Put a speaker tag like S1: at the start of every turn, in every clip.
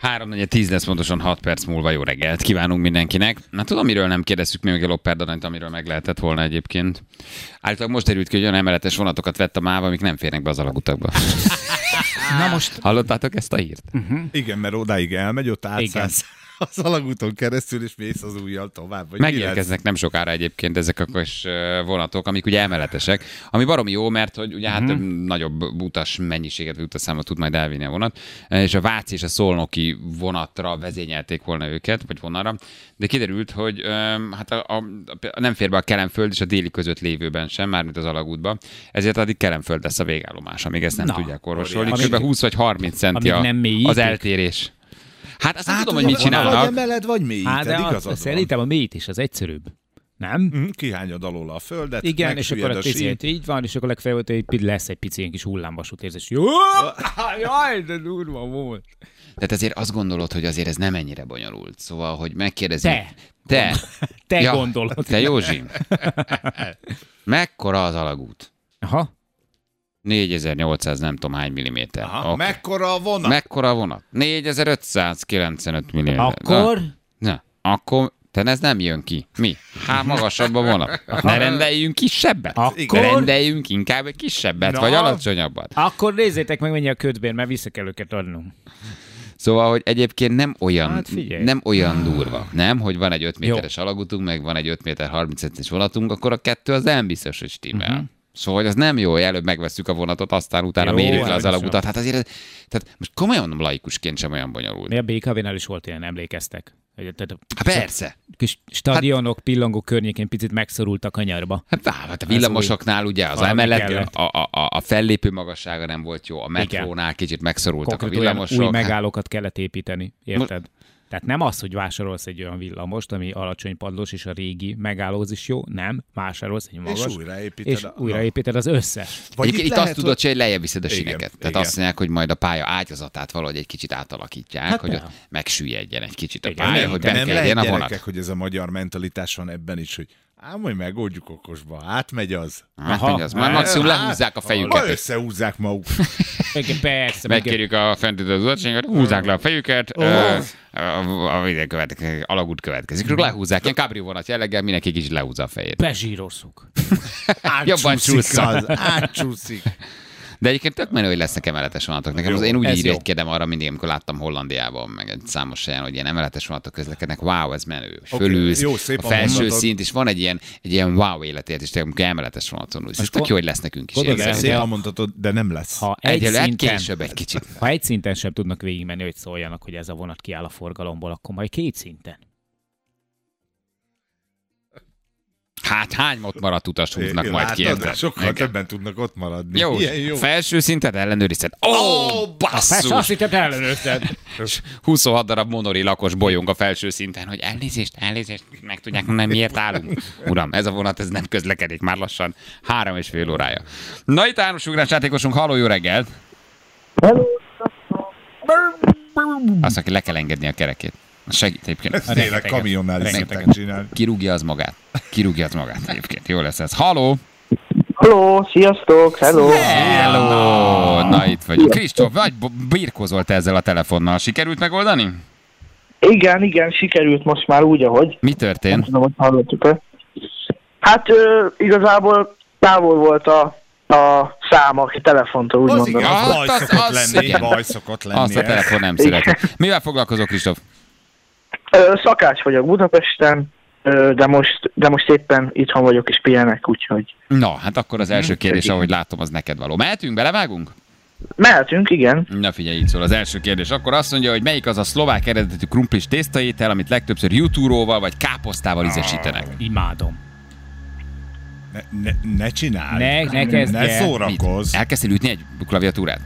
S1: 3 10 lesz pontosan 6 perc múlva. Jó reggelt kívánunk mindenkinek. Na tudom, miről nem kérdeztük még a Lopperdanyt, amiről meg lehetett volna egyébként. Állítólag most derült ki, hogy olyan emeletes vonatokat vett a MÁV, amik nem férnek be az alagutakba.
S2: Na most
S1: Hallottátok ezt a hírt?
S3: Igen, mert odáig elmegy, ott átszállsz az alagúton keresztül, és mész az ujjal tovább. Vagy mi lesz?
S1: Megérkeznek nem sokára egyébként ezek a kis ö, vonatok, amik ugye emeletesek, ami baromi jó, mert hogy ugye hát mm nagyobb utas mennyiséget, vagy utasszámot tud majd elvinni a vonat, és a Váci és a Szolnoki vonatra vezényelték volna őket, vagy vonalra, de kiderült, hogy ö, hát a, a, a, nem fér be a Kelemföld és a déli között lévőben sem, mármint az alagútba, ezért addig Kelemföld lesz a végállomás, amíg ezt nem
S2: Na,
S1: tudják orvosolni.
S2: óriási.
S1: Kb. 20 vagy 30 centi
S2: Amíg
S1: a,
S2: nem mélyítik?
S1: az eltérés. Hát azt nem
S3: Hát
S1: tudom, hogy mit
S3: Vagy
S1: csinálnak.
S3: emeled, vagy mélyíted,
S2: hát de
S3: igazad
S2: az,
S3: van.
S2: szerintem a mélyt is az egyszerűbb. Nem? Hát
S3: Mhm, Kihányod alól a földet,
S2: Igen, és akkor a
S3: megsüllyed sík.
S2: picit így van, és akkor legfeljebb ott egy, pi- lesz egy pici ilyen kis hullámvasút érzés. Jó! Jaj, de durva volt.
S1: Tehát azért azt gondolod, hogy azért ez nem ennyire bonyolult. Szóval, hogy megkérdezik.
S2: Te.
S1: Te.
S2: Te gondolod.
S1: Te Józsi. Mekkora az alagút?
S2: Aha.
S1: 4800 nem tudom hány milliméter.
S3: Aha,
S1: Oké.
S3: Mekkora a vonat?
S1: Mekkora a vonat? 4595 milliméter.
S2: Akkor?
S1: Na, na, akkor te ez nem jön ki. Mi? Hát magasabb a vonat. Ne rendeljünk kisebbet.
S2: Akkor?
S1: Rendeljünk inkább egy kisebbet,
S3: Na.
S1: vagy alacsonyabbat.
S2: Akkor nézzétek meg, mennyi a ködbér, mert vissza kell őket adnunk.
S1: Szóval, hogy egyébként nem olyan,
S2: Hát figyelj.
S1: nem olyan durva, nem? Hogy van egy 5 méteres alagutunk, meg van egy 5 méter 30 centis vonatunk, akkor a kettő az nem biztos, hogy stimmel. Uh-huh. Szóval, hogy az nem jó, hogy előbb megveszük a vonatot, aztán utána
S2: Mhm. Jó,
S1: mérjük le az
S2: elviszem.
S1: alagutat. Hát azért, ez, tehát most komolyan mondom, laikusként sem olyan bonyolult.
S2: Mi a BKV-nál is volt ilyen, emlékeztek? Hogy- Tehát a
S1: Hát persze.
S2: kis stadionok, pillangó környékén picit megszorultak a nyarba.
S1: Hát, á, hát a villamosoknál ugye az
S2: Valami
S1: emelet,
S2: kellett.
S1: a, a, a, a fellépő magassága nem volt jó, a metrónál kicsit megszorultak a
S2: Konkrét olyan
S1: villamosok.
S2: új
S1: hát-
S2: megálókat kellett építeni, érted? Tehát nem az, hogy vásárolsz egy olyan villamost, ami alacsony padlós, és a régi megállóz is jó, nem, vásárolsz egy magas,
S3: újraépíted
S2: és
S3: a-
S2: újraépíted az összes.
S1: Vagy Egyébként itt,
S3: lehet,
S1: azt tudod, hogy, hogy lejjebb viszed a
S3: Igen,
S1: sineket. Tehát
S3: igen.
S1: azt mondják, hogy majd a pálya ágyazatát valahogy egy kicsit átalakítják, hát
S2: Hát
S1: hogy
S2: nem.
S1: ott megsüllyedjen egy kicsit a
S2: Igen,
S1: pálya,
S2: nem,
S1: hogy
S3: De
S1: benne
S3: nem lehet
S1: legyen a vonat.
S3: gyerekek, hogy ez a magyar mentalitás van ebben is, hogy ám, hogy megoldjuk okosba, átmegy az.
S1: Hát, mondja, az már maximum lehúzzák a
S3: Ma
S1: fejüket.
S3: összehúzzák maguk.
S2: Igen, persze, meg
S1: Megkérjük a fentütött zöldséget, húzzák le a fejüket, ö, a- a minden következik, alagút következik. Lehúzzák, ilyen kábrió vonat jelleggel mindenki kicsit lehúzza a fejét.
S2: bezsírozzuk.
S1: Jobban
S3: Csúszik
S1: csúszza.
S3: az, átcsúszik.
S1: De egyébként tök menő, hogy lesznek emeletes vonatok. Nekem az én úgy
S2: ez jó.
S1: irigykedem arra mindig, amikor láttam Hollandiában, meg egy számos helyen, hogy ilyen emeletes vonatok közlekednek. Wow, ez menő. És
S3: Oké,
S1: Fölülsz,
S3: jó, szép
S1: a
S3: a
S1: felső
S3: mondatod.
S1: szint, és van egy ilyen, egy ilyen wow életért, és amikor emeletes vonaton úgy. És tök
S2: gond-
S1: jó, hogy lesz nekünk is.
S2: gondold
S1: ilyen.
S2: el,
S3: Szépen mondhatod, de nem lesz.
S2: Ha egy
S1: Egyelőre hát
S2: szinten,
S1: később egy kicsit.
S2: ha egy szinten sem tudnak végigmenni, hogy szóljanak, hogy ez a vonat kiáll a forgalomból, akkor majd két szinten.
S1: Hát hány ott maradt utas húznak
S3: Én
S1: majd
S3: látod,
S1: ki érted?
S3: Sokkal
S1: Igen.
S3: többen tudnak ott maradni.
S1: Jó,
S3: Ilyen
S1: jó.
S3: jó.
S1: felső szintet ellenőrizted. Ó, oh,
S2: Persze, azt
S1: basszus!
S2: hittem, te ellenőrzted.
S1: És 26 darab monori lakos bolyong a felső szinten, hogy elnézést, elnézést, meg tudják mondani, miért állunk. Uram, ez a vonat, ez nem közlekedik már lassan három és fél órája. Na itt Ános Ugrás játékosunk, halló, jó reggelt! Azt, aki le kell engedni a kerekét. Az Segít egyébként.
S3: Ezt tényleg
S2: Rengetegen.
S3: kamionnál is
S2: Rengetegen.
S3: szokták csinálni.
S1: Kirúgja az magát. Kirúgja az magát egyébként. Jó lesz ez. Halló!
S4: Hello, sziasztok, hello.
S1: Hello! Na itt vagyunk. Kristóf, vagy b- birkozol te ezzel a telefonnal. Sikerült megoldani?
S4: Igen, igen, sikerült most már úgy, ahogy.
S1: Mi
S4: Nem
S1: történt?
S4: tudom, hogy hallottuk-e. Hát ö, igazából távol volt a, a szám a telefontól,
S3: Az
S4: úgymond.
S3: igen,
S1: Hát,
S3: az baj
S1: az-
S3: szokott
S1: az-
S3: lenni,
S1: igen.
S3: baj szokott lenni.
S1: Azt a telefon nem szereti. Mivel foglalkozol, Kristóf?
S4: Ö, Szakács vagyok Budapesten, ö, de most, de most éppen itthon vagyok és pihenek, úgyhogy
S1: Na, hát akkor az
S3: Mhm.
S1: első kérdés, ahogy látom, az neked való. Mehetünk, belevágunk?
S4: mehetünk, igen.
S1: Na figyelj, így szól az első kérdés. Akkor azt mondja, hogy melyik az a szlovák eredetű krumplis tésztaétel, amit legtöbbször jutúróval vagy káposztával
S3: Ah.
S1: ízesítenek?
S2: Imádom.
S3: Ne, ne, ne csináld.
S2: Ne- ne kezdj
S3: ne
S2: el.
S1: Mit?
S3: szórakozz.
S1: Elkezdtél ütni egy klaviatúrát?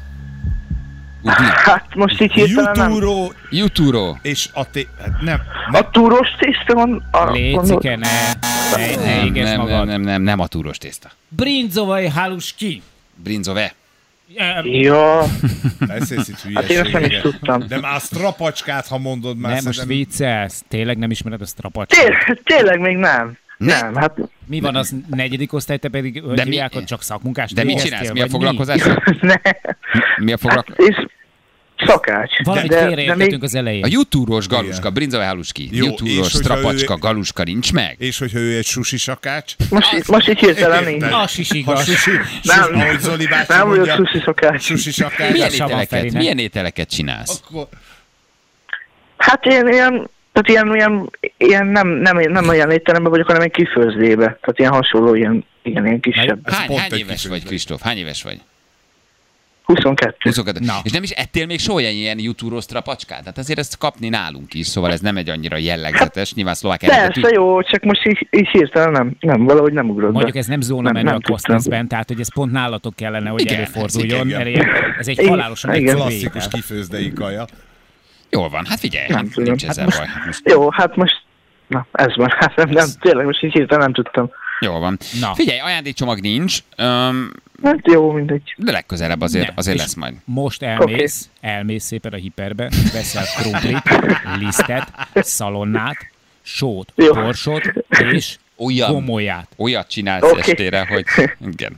S1: Utni.
S4: Hát most így hirtelen nem.
S3: Jutúró
S1: Jutúró.
S3: és a té... hát Nem,
S4: A túros tiszta van, arra gondolt.
S2: Lécike, ne, ne, ne
S1: Nem,
S2: égesd
S1: nem, nem,
S2: magad.
S1: nem, nem, nem a túros tészta.
S2: Brinzovai haluski.
S1: Brinzove.
S2: Ö,
S4: Ja,
S3: ne szélsz itt
S4: hát én ezt nem is
S3: hülyeségeket.
S4: tudtam.
S3: De már a strapacskát, ha mondod már,
S2: Nem, most
S3: szerintem-
S2: viccelsz. Tényleg nem ismered a strapacskát.
S4: Té- tényleg még nem. Nem, hát
S2: Mi van az negyedik osztály, te pedig
S1: De
S2: de
S1: mi-
S2: hívják, hogy csak szakmunkás
S1: De mit
S2: végeztél,
S1: csinálsz? Mi a
S2: vagy
S1: foglalkozás?
S4: ne.
S1: Mi a foglalkozás?
S4: Hát, És szakács.
S2: Valamit
S4: de, de
S2: félreértettünk
S4: még,
S2: az elején.
S1: A jutúros galuska,
S3: Igen.
S1: brinza háluski,
S3: Jó, és
S1: jutúros
S3: hogyha ő-
S1: strapacska, galuska nincs meg?
S3: És hogyha ő egy susi sakács,
S4: most, í- most így hirtelen
S3: Érted.
S4: nincs.
S2: Az is
S3: ha
S2: igaz.
S3: susi,
S4: Nem.
S3: nem, ahogy Zoli bácsi
S4: Nem vagyok
S3: mondja,
S4: sushi szakács.
S3: susi sakács,
S1: Milyen
S2: Ez a
S1: ételeket,
S2: Ferinek.
S1: milyen ételeket csinálsz?
S3: akkor
S4: Hát én ilyen, tehát ilyen, ilyen, ilyen nem, nem, nem olyan étteremben vagyok, hanem egy kifőzdébe. Tehát ilyen hasonló, ilyen, ilyen, ilyen kisebb.
S3: Ez
S1: Hány,
S3: pont
S1: hány
S3: egy
S1: éves
S3: kis
S1: vagy,
S3: ügy.
S1: Kristóf? Hány éves vagy?
S4: 22.
S1: 22.
S2: Na.
S1: És nem is ettél még soha ilyen, ilyen jutúros strapacskát? Hát azért ezt kapni nálunk is, szóval ez nem egy annyira jellegzetes, nyilván szlovák
S4: Persze,
S1: eredetű.
S4: jó, csak most így, így hirtelen nem, nem, valahogy nem ugrott
S2: Mondjuk
S4: be.
S2: ez nem zóna
S4: Nem,
S2: menő
S4: nem
S2: a
S4: tudtam.
S2: Kosztenszben, tehát hogy ez pont nálatok kellene, hogy
S1: Igen,
S2: előforduljon,
S3: igen.
S2: mert ilyen, ez egy
S4: Igen,
S2: halálosan
S4: igen.
S2: egyszerű
S3: klasszikus
S2: étel.
S3: kifőzdei kaja.
S1: Jól van, hát figyelj,
S4: Nem
S1: hát
S4: tudom.
S1: nincs
S4: Hát
S1: ezzel baj. Most
S4: Jó, hát most, na ez van, hát nem, nem, tényleg most így hirtelen nem tudtam.
S1: jól van.
S2: Na.
S1: Figyelj, ajándékcsomag nincs, öm,
S4: Hát jó, mindegy.
S1: de legközelebb azért,
S2: Ne.
S1: azért
S2: És
S1: lesz majd.
S2: Most elmész, elmész szépen a hiperbe, veszel krumplit, lisztet, szalonnát, sót,
S4: Jó.
S2: borsot és
S1: Olyan.
S2: gomolyát.
S1: Olyat csinálsz
S4: Oké.
S1: estére, hogy igen.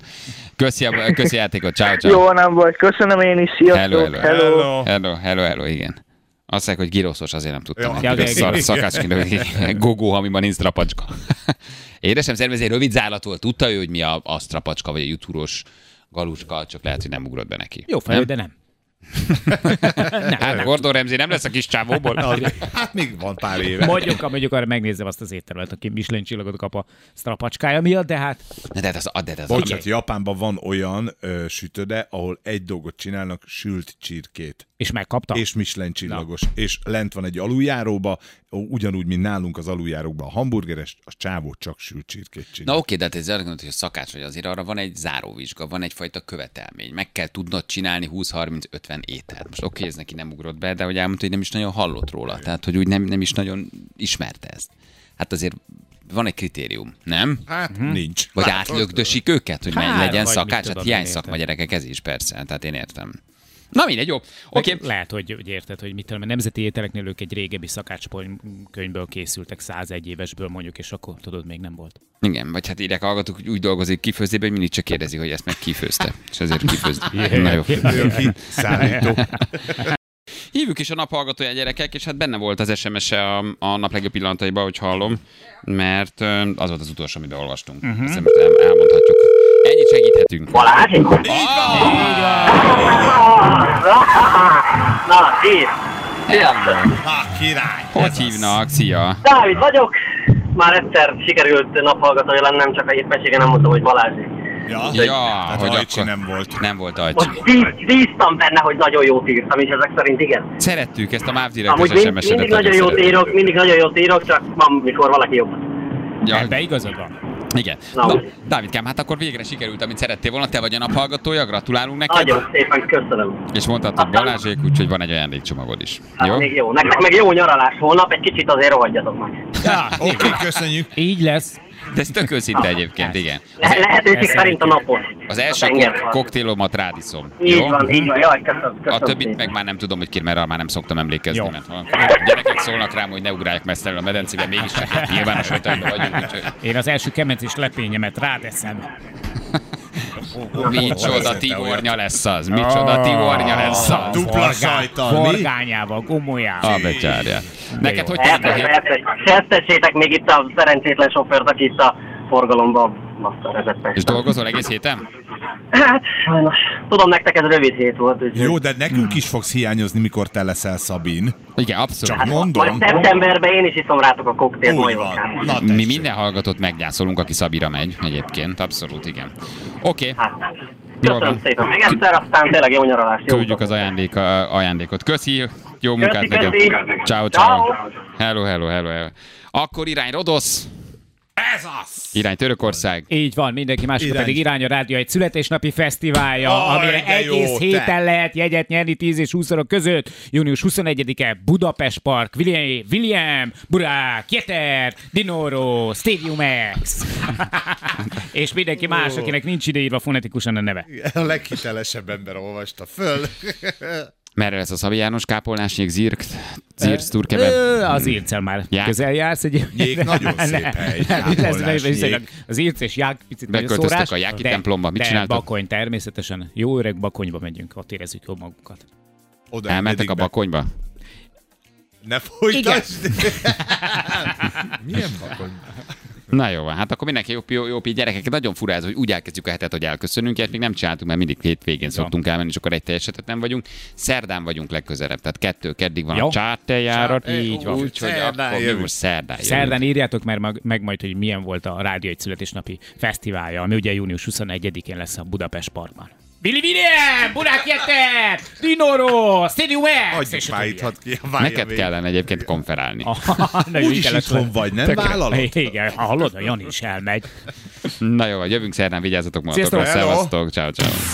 S1: Köszi, a, köszi a játékot, ciao, ciao.
S4: Jó, nem baj, köszönöm én is, sziasztok,
S1: Hello, hello. Hello, hello, hello, igen. Azt mondják, hogy giroszos, azért nem tudtam.
S3: Ja,
S1: neki, de
S2: igen,
S1: szar,
S2: igen.
S1: szakácsként, gogó, amiben nincs trapacska. Édesem szervez egy rövid zálat volt, tudta ő, hogy mi a, a trapacska, vagy a jutúros galuska, csak lehet, hogy nem ugrott be neki.
S2: Jó fejlő, de nem.
S1: Hát Gordon Ramsay nem lesz a kis csávóból.
S3: Hát még van pár éve.
S2: Mondjuk, mondjuk arra megnézem azt az éttermet, aki Michelin csillagot kap a strapacskája miatt, de hát
S1: Na, De ez, de ez,
S3: Bocsánat, Japánban van olyan ö, sütöde, ahol egy dolgot csinálnak, sült csirkét.
S2: és megkapta.
S3: és Michelin csillagos. És lent van egy aluljáróba, ugyanúgy, mint nálunk az aluljárókban a hamburgeres, a csávó csak sült csirkét
S1: Na
S3: csinál.
S1: oké, de hát ez arra gondolt, hogy a szakács vagy azért arra van egy záróvizsga, van egyfajta követelmény. Meg kell tudnod csinálni 20-30-50 ételt. Most oké, ez neki nem ugrott be, de hogy elmondta, hogy nem is nagyon hallott róla. Tehát, hogy úgy nem, nem is nagyon ismerte ezt. Hát azért van egy kritérium, nem?
S3: Hát nincs.
S1: Vagy
S3: Látod?
S1: átlögdösik őket, hogy
S2: Hát,
S1: hát, legyen
S2: vagy mit
S1: szakács.
S2: tudom
S1: Hát
S2: én,
S1: hiány
S2: érted.
S1: szakma gyerekek, ez is persze. Tehát én értem. Na mindegy, jó. Oké.
S2: Okay. Lehet, hogy, hogy érted, hogy mit tudom, a nemzeti ételeknél ők egy régebbi szakácskönyvből készültek, 101 évesből mondjuk, és akkor tudod, még nem volt.
S1: Igen, vagy hát írják hallgatók, hogy úgy dolgozik kifőzében, hogy mindig csak kérdezik, hogy ezt meg kifőzte. És ezért kifőzte. Na jó.
S3: Ő ki szállító.
S1: Hívjuk is a naphallgatója gyerekek, és hát benne volt az SMS-e a, a nap legjobb pillanataiban, hogy hallom, mert ö, az volt az utolsó, amit beolvastunk.
S3: Mhm.
S1: Uh-huh. Ezt el- elmondhatjuk. Ennyit segíthetünk.
S5: Balázs? Na, tíz.
S3: Ha, király!
S1: Hogy hívnak? Szia!
S5: Dávid vagyok. Már egyszer sikerült naphallgatója lennem, csak a hétmeségen nem mondtam, hogy Balázsék.
S3: Ja,
S1: Ja,
S3: Tehát
S1: hogy
S3: Hát Ajcsi
S1: akkor-
S3: nem volt.
S1: Nem volt ajcsi.
S5: Most bíz, bíztam benne, hogy nagyon jót írtam, és ezek szerint igen.
S1: Szerettük ezt a MÁV direktes
S5: Amúgy
S1: sms
S5: mind, mindig nagyon jót írok, mindig nagyon jót írok, csak van, mikor valaki jobb.
S2: Ja.
S1: Ja,
S2: Ebbe igazad van.
S1: igen.
S5: Na,
S1: Na,
S5: úgy.
S1: Dávidkám, hát akkor végre sikerült, amit szerettél volna. Te vagy a naphallgatója, gratulálunk neked.
S5: Nagyon szépen köszönöm.
S1: És mondtad, hogy Balázsék, úgyhogy van egy ajándékcsomagod is.
S5: Hát
S1: Jó?
S5: még jó. Nektek meg jó nyaralás holnap, egy kicsit azért rohadjatok meg.
S2: Ja,
S3: Oké, okay, köszönjük.
S2: így lesz.
S1: De ez tök őszinte egyébként, igen. e-
S5: Le- lehetőség
S2: Ez
S5: szerint a napot.
S1: Az első
S5: tengerpart.
S1: kok- koktélomat rádiszom.
S5: Így
S1: Jó?
S5: van, így van, jaj, köszönöm.
S1: A
S5: köszönöm
S1: többit
S5: szépen.
S1: meg már nem tudom, hogy ki, mert arra már nem szoktam emlékezni,
S2: Jó.
S1: mert ha gyerekek szólnak rám, hogy ne ugráljak messzeről a medencébe, mégis csak hát nyilván a sötétben vagyunk, úgyhogy
S2: Én az első kemencés lepényemet ráteszem.
S1: micsoda tivornya lesz az, micsoda tivornya lesz az.
S3: Dupla sajtal, mi?
S2: Forgányával, gomolyával.
S1: A becsárja. Neked hogy telik a
S5: Persze,
S1: hét?
S5: persze. Seztessétek még itt a szerencsétlen sofőrt, aki itt a forgalomban azt a vezette.
S1: És dolgozol egész héten?
S5: Hát, sajnos. Tudom, nektek ez rövid hét volt. úgyhogy-
S3: Jó, de nekünk is fogsz hiányozni, mikor te leszel Szabin.
S1: Igen, abszolút.
S3: Mondom.
S5: Hát, Majd szeptemberben én is iszom rátok a koktél
S3: Úgy van.
S5: majvokán.
S3: Na,
S1: Mi
S3: tessék.
S1: minden hallgatót meggyászolunk, aki Szabira megy egyébként, abszolút igen. Oké, okay,
S5: Hát,
S1: Jól
S5: Köszönöm
S1: van.
S5: szépen. Még egyszer, aztán tényleg jó nyaralást. Jó
S1: küldjük az ajándék, a- ajándékot. Köszi, jó munkát
S5: Köszi,
S1: neked.
S5: köszi.
S1: Ciao, ciao.
S5: Ciao.
S1: Hello, hello, hello, hello. Akkor irány Rodosz,
S3: Ez az!
S1: irány Törökország.
S2: Így van, mindenki más
S3: Irány.
S2: pedig irány a rádió egy születésnapi fesztiválja,
S3: Aj,
S2: amire
S3: de jó,
S2: egész
S3: te.
S2: héten lehet jegyet nyerni 10 és 20 óra között. Június 21-e Budapest Park, William, William Burák, Jeter, Dinoro, Stadium X. és mindenki más, akinek nincs ideírva fonetikusan a neve.
S3: A leghitelesebb ember olvasta föl.
S1: Merre lesz a Szabi János kápolnásnyék Zirk, Zirk, Turkeben?
S2: Ö, Az Irccel már
S1: Ják.
S2: közel jársz egy
S3: Jég nagyon szép
S2: Ne.
S3: hely,
S2: Ne,
S3: ápolás,
S2: ez nagyon
S3: jég.
S2: viszonylag- Az Irc és Ják picit nagy a
S1: Beköltöztek
S2: szórás,
S1: a Jáki
S2: de-
S1: templomba. Mit
S2: de
S1: csináltok?
S2: Bakony természetesen. Jó öreg Bakonyba megyünk, ott érezzük jól magunkat.
S3: Oda
S1: Elmentek
S3: engedik
S1: a
S3: be.
S1: bakonyba?
S3: Ne folytasd! Milyen bakony?
S1: Na jó, van, hát akkor mindenki jó, jó, jó gyerekek. Nagyon fura ez, hogy úgy elkezdjük a hetet, hogy elköszönünk. Ilyet még nem csináltunk, mert mindig hétvégén szoktunk elmenni, és akkor egy teljesetet nem vagyunk. Szerdán vagyunk legközelebb, tehát kettő, keddig van
S2: Jó.
S1: a csárteljárat.
S3: Csártel,
S1: Így van.
S3: úgy,
S1: Úgyhogy
S3: szerdán
S1: akkor mi
S3: jövünk.
S1: most szerdán jövünk.
S2: Szerdán írjátok már mag- meg majd, hogy milyen volt a rádió egy születésnapi fesztiválja, ami ugye június 21-én lesz a Budapest Parkban. Billy William, Burák Jeter, Dinoro, Stadium X,
S3: Adjuk már itt, hadd ki a
S1: Neked kellene egyébként konferálni.
S3: Úgyis itthon vagy, nem vállalod?
S2: Igen, ha hallod, a Jani is elmegy.
S1: Na jó, van, jövünk szerdán, vigyázzatok magatokra.
S2: Sziasztok.
S1: Szevasztok, ciao ciao.